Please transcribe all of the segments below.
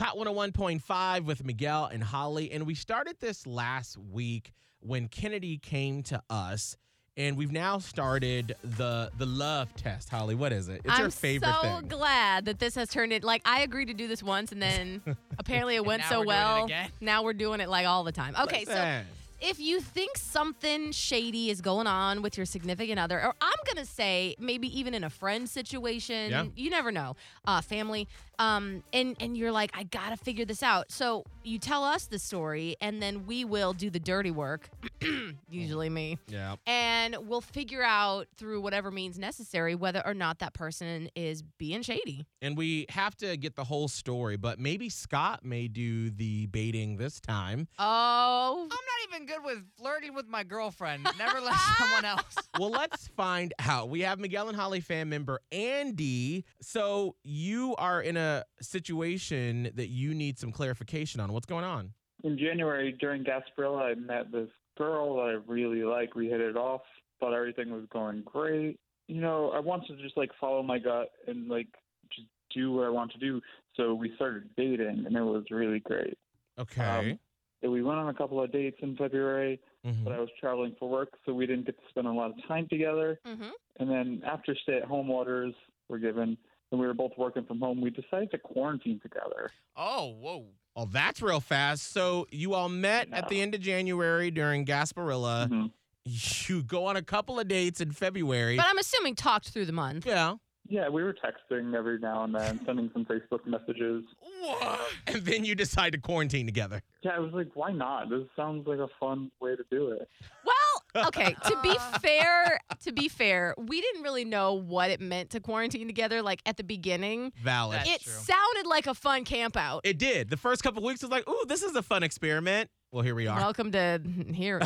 Hot 101.5 with Miguel and Holly. And we started this last week when Kennedy came to us. And we've now started the the love test, Holly. What is it? It's I'm your favorite so thing. glad that this has turned it. Like I agreed to do this once, and then apparently it went now so we're doing it well. again. Now we're doing it like all the time. Okay, so Listen. if you think something shady is going on with your significant other, or I'm gonna say maybe even in a friend situation, Yeah. you never know, uh, family, um, and and you're like, I gotta figure this out. So you tell us the story, and then we will do the dirty work. usually me yeah. and we'll figure out through whatever means necessary whether or not that person is being shady. And we have to get the whole story, but maybe Scott may do the baiting this time. Oh, I'm not even good with flirting with my girlfriend. Never let someone else. well, let's find out. We have Miguel and Holly fan member Andy. So you are in a situation that you need some clarification on. What's going on? In January during Gasparilla, I met this girl that I really like. We hit it off, thought everything was going great. You know, I wanted to just like follow my gut and like just do what I want to do. So we started dating, and it was really great. Okay. Um, we went on a couple of dates in February, Mhm. Mm-hmm. but I was traveling for work, so we didn't get to spend a lot of time together. hmm And then after stay-at-home orders were given, and we were both working from home, we decided to quarantine together. Oh, whoa. Oh, that's real fast. So you all met at the No. end of January during Gasparilla. Mhm. Mm-hmm. You go on a couple of dates in February. but I'm assuming talked through the month. yeah. Yeah, we were texting every now and then, sending some Facebook messages. What? And then you decide to quarantine together. Yeah, I was like, why not? This sounds like a fun way to do it. Well, okay. To be Uh. fair, to be fair, we didn't really know what it meant to quarantine together. Like at the beginning, Valid. That's it true. sounded like a fun camp out. it did. The first couple weeks was like, ooh, this is a fun experiment. Well, here we are. Welcome to here,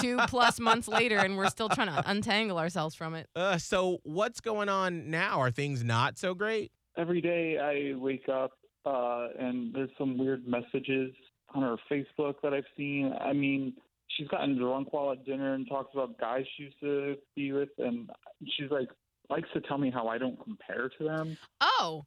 two plus months later, and we're still trying to untangle ourselves from it. Uh, so what's going on now? Are things not so great? Every day I wake up uh, and there's some weird messages on her Facebook that I've seen. I mean, she's gotten drunk while at dinner and talks about guys she used to be with, and she's like, likes to tell me how I don't compare to them. Oh,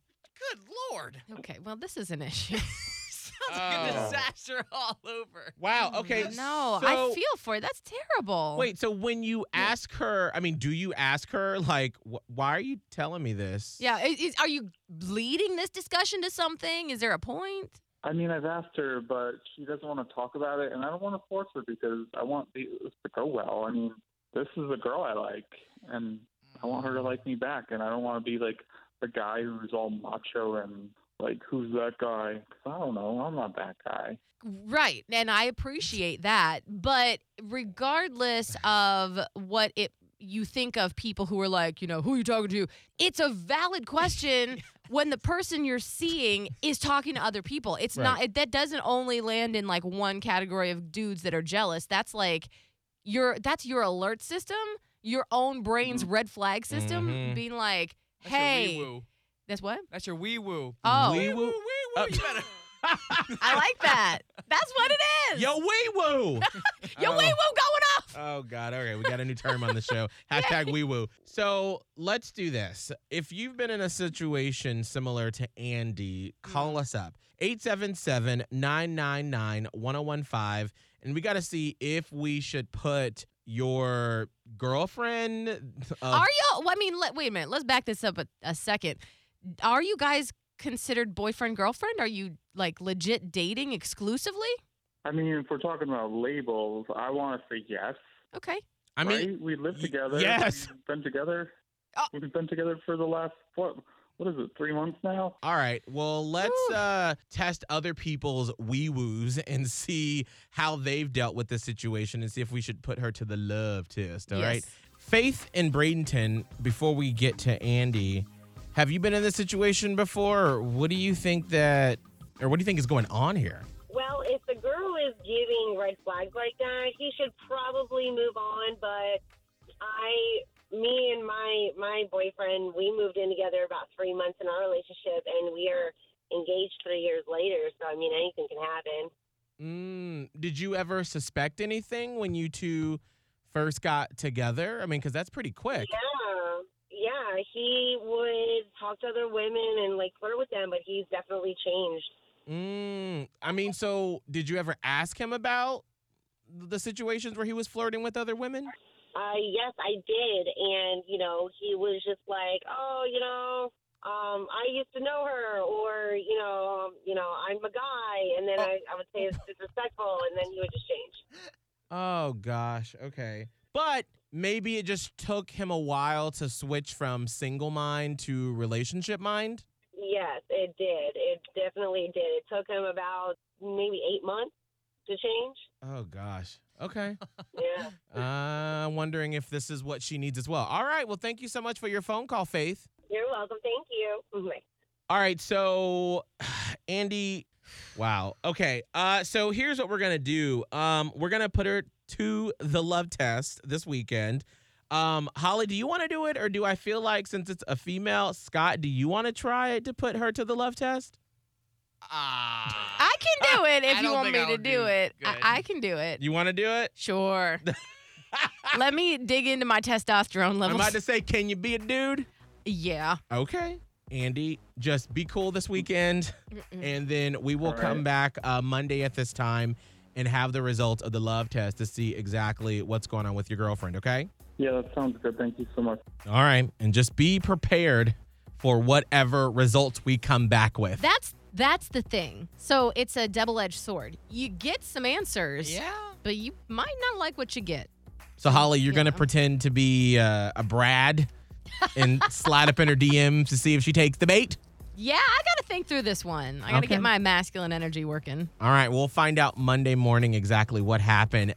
Good lord. okay. Well, this is an issue. Sounds like a Oh. disaster all over. Wow. Oh, Okay. No, so- I feel for it. That's terrible. Wait. So when you Yeah. ask her, I mean, do you ask her like, wh- why are you telling me this? Yeah. i- is- are you leading this discussion to something? Is there a point? I mean, I've asked her, but she doesn't want to talk about it, and I don't want to force her because I want the- this to go well. I mean, this is a girl I like, and I want her Mm-hmm. to like me back, and I don't want to be like the guy who's all macho and like, who's that guy? 'Cause I don't know, I'm not that guy. Right. And I appreciate that. But regardless of what it you think of people who are like, you know, who are you talking to? It's a valid question when the person you're seeing is talking to other people. It's Right. not it, that doesn't only land in like one category of dudes that are jealous. That's like your that's your alert system, your own brain's red flag system Mhm. being like, That's "Hey, your wee woo. that's what?" That's your wee woo. Oh. Wee Wee woo, woo. wee woo. Uh, you better. I like that. That's what it is. Yo, wee woo. Yo Oh. wee woo going off. Oh God! Okay, we got a new term on the show. Hashtag wee woo. So let's do this. If you've been in a situation similar to Andy, call us up 877-999-1015, and we got to see if we should put your girlfriend. uh, Of, Are you? well, I mean, let, wait a minute. Let's back this up a, a second. Are you guys considered boyfriend girlfriend? Are you like legit dating exclusively? I mean, if we're talking about labels, I want to say yes. Okay. I mean, right? we live y- together. yes. we've been together. Oh. We've been together for the last what? What is it? Three months now. all right. Well, let's Whew. uh, test other people's wee woos and see how they've dealt with this situation, and see if we should put her to the love test. All right. Faith in Bradenton, before we get to Andy, have you been in this situation before? Or what do you think that, or what do you think is going on here? Well, if the girl is giving red flags like that, he should probably move on. But I, me and my my boyfriend, we moved in together about three months in our relationship, and we are engaged three years later. So I mean, anything can happen. Mm, did you ever suspect anything when you two first got together? I mean, because that's pretty quick. Yeah, yeah. He would talk to other women and like flirt with them, but he's definitely changed. Mm, I mean, so did you ever ask him about the situations where he was flirting with other women? Uh, yes, I did, and you know, he was just like, "Oh, you know, um, I used to know her," or you know, um, you know, I'm a guy, and then I, I would say it's disrespectful, and then he would just change. Oh gosh, okay. But maybe it just took him a while to switch from single mind to relationship mind. Yes, it did. It definitely did. It took him about maybe eight months to change. Oh gosh. Okay. Yeah. Uh, I'm wondering if this is what she needs as well. All right. Well, thank you so much for your phone call, Faith. You're welcome. Thank you. Bye. All right, so Andy, wow. Okay, uh, so here's what we're gonna do. Um, we're gonna put her to the love test this weekend. Um, Holly, do you want to do it, or do I feel like since it's a female, Scott, do you want to try it to put her to the love test? Ah. I can do it I if you don't want think me I'll to do do it. good. I, I can do it. You want to do it? Sure. Let me dig into my testosterone I'm levels. about to say, can you be a dude? yeah. Okay, Andy, just be cool this weekend, Mm-mm. and then we will All right. come back uh, Monday at this time and have the results of the love test to see exactly what's going on with your girlfriend. Okay. Yeah, that sounds good. Thank you so much. All right. And just be prepared for whatever results we come back with. That's that's the thing. So it's a double-edged sword. You get some answers, Yeah. but you might not like what you get. so, Holly, you're going to Yeah. pretend to be uh, a Brad and slide up in her DMs to see if she takes the bait. Yeah, I got to think through this one. I got to Okay. get my masculine energy working. All right. We'll find out Monday morning exactly what happened.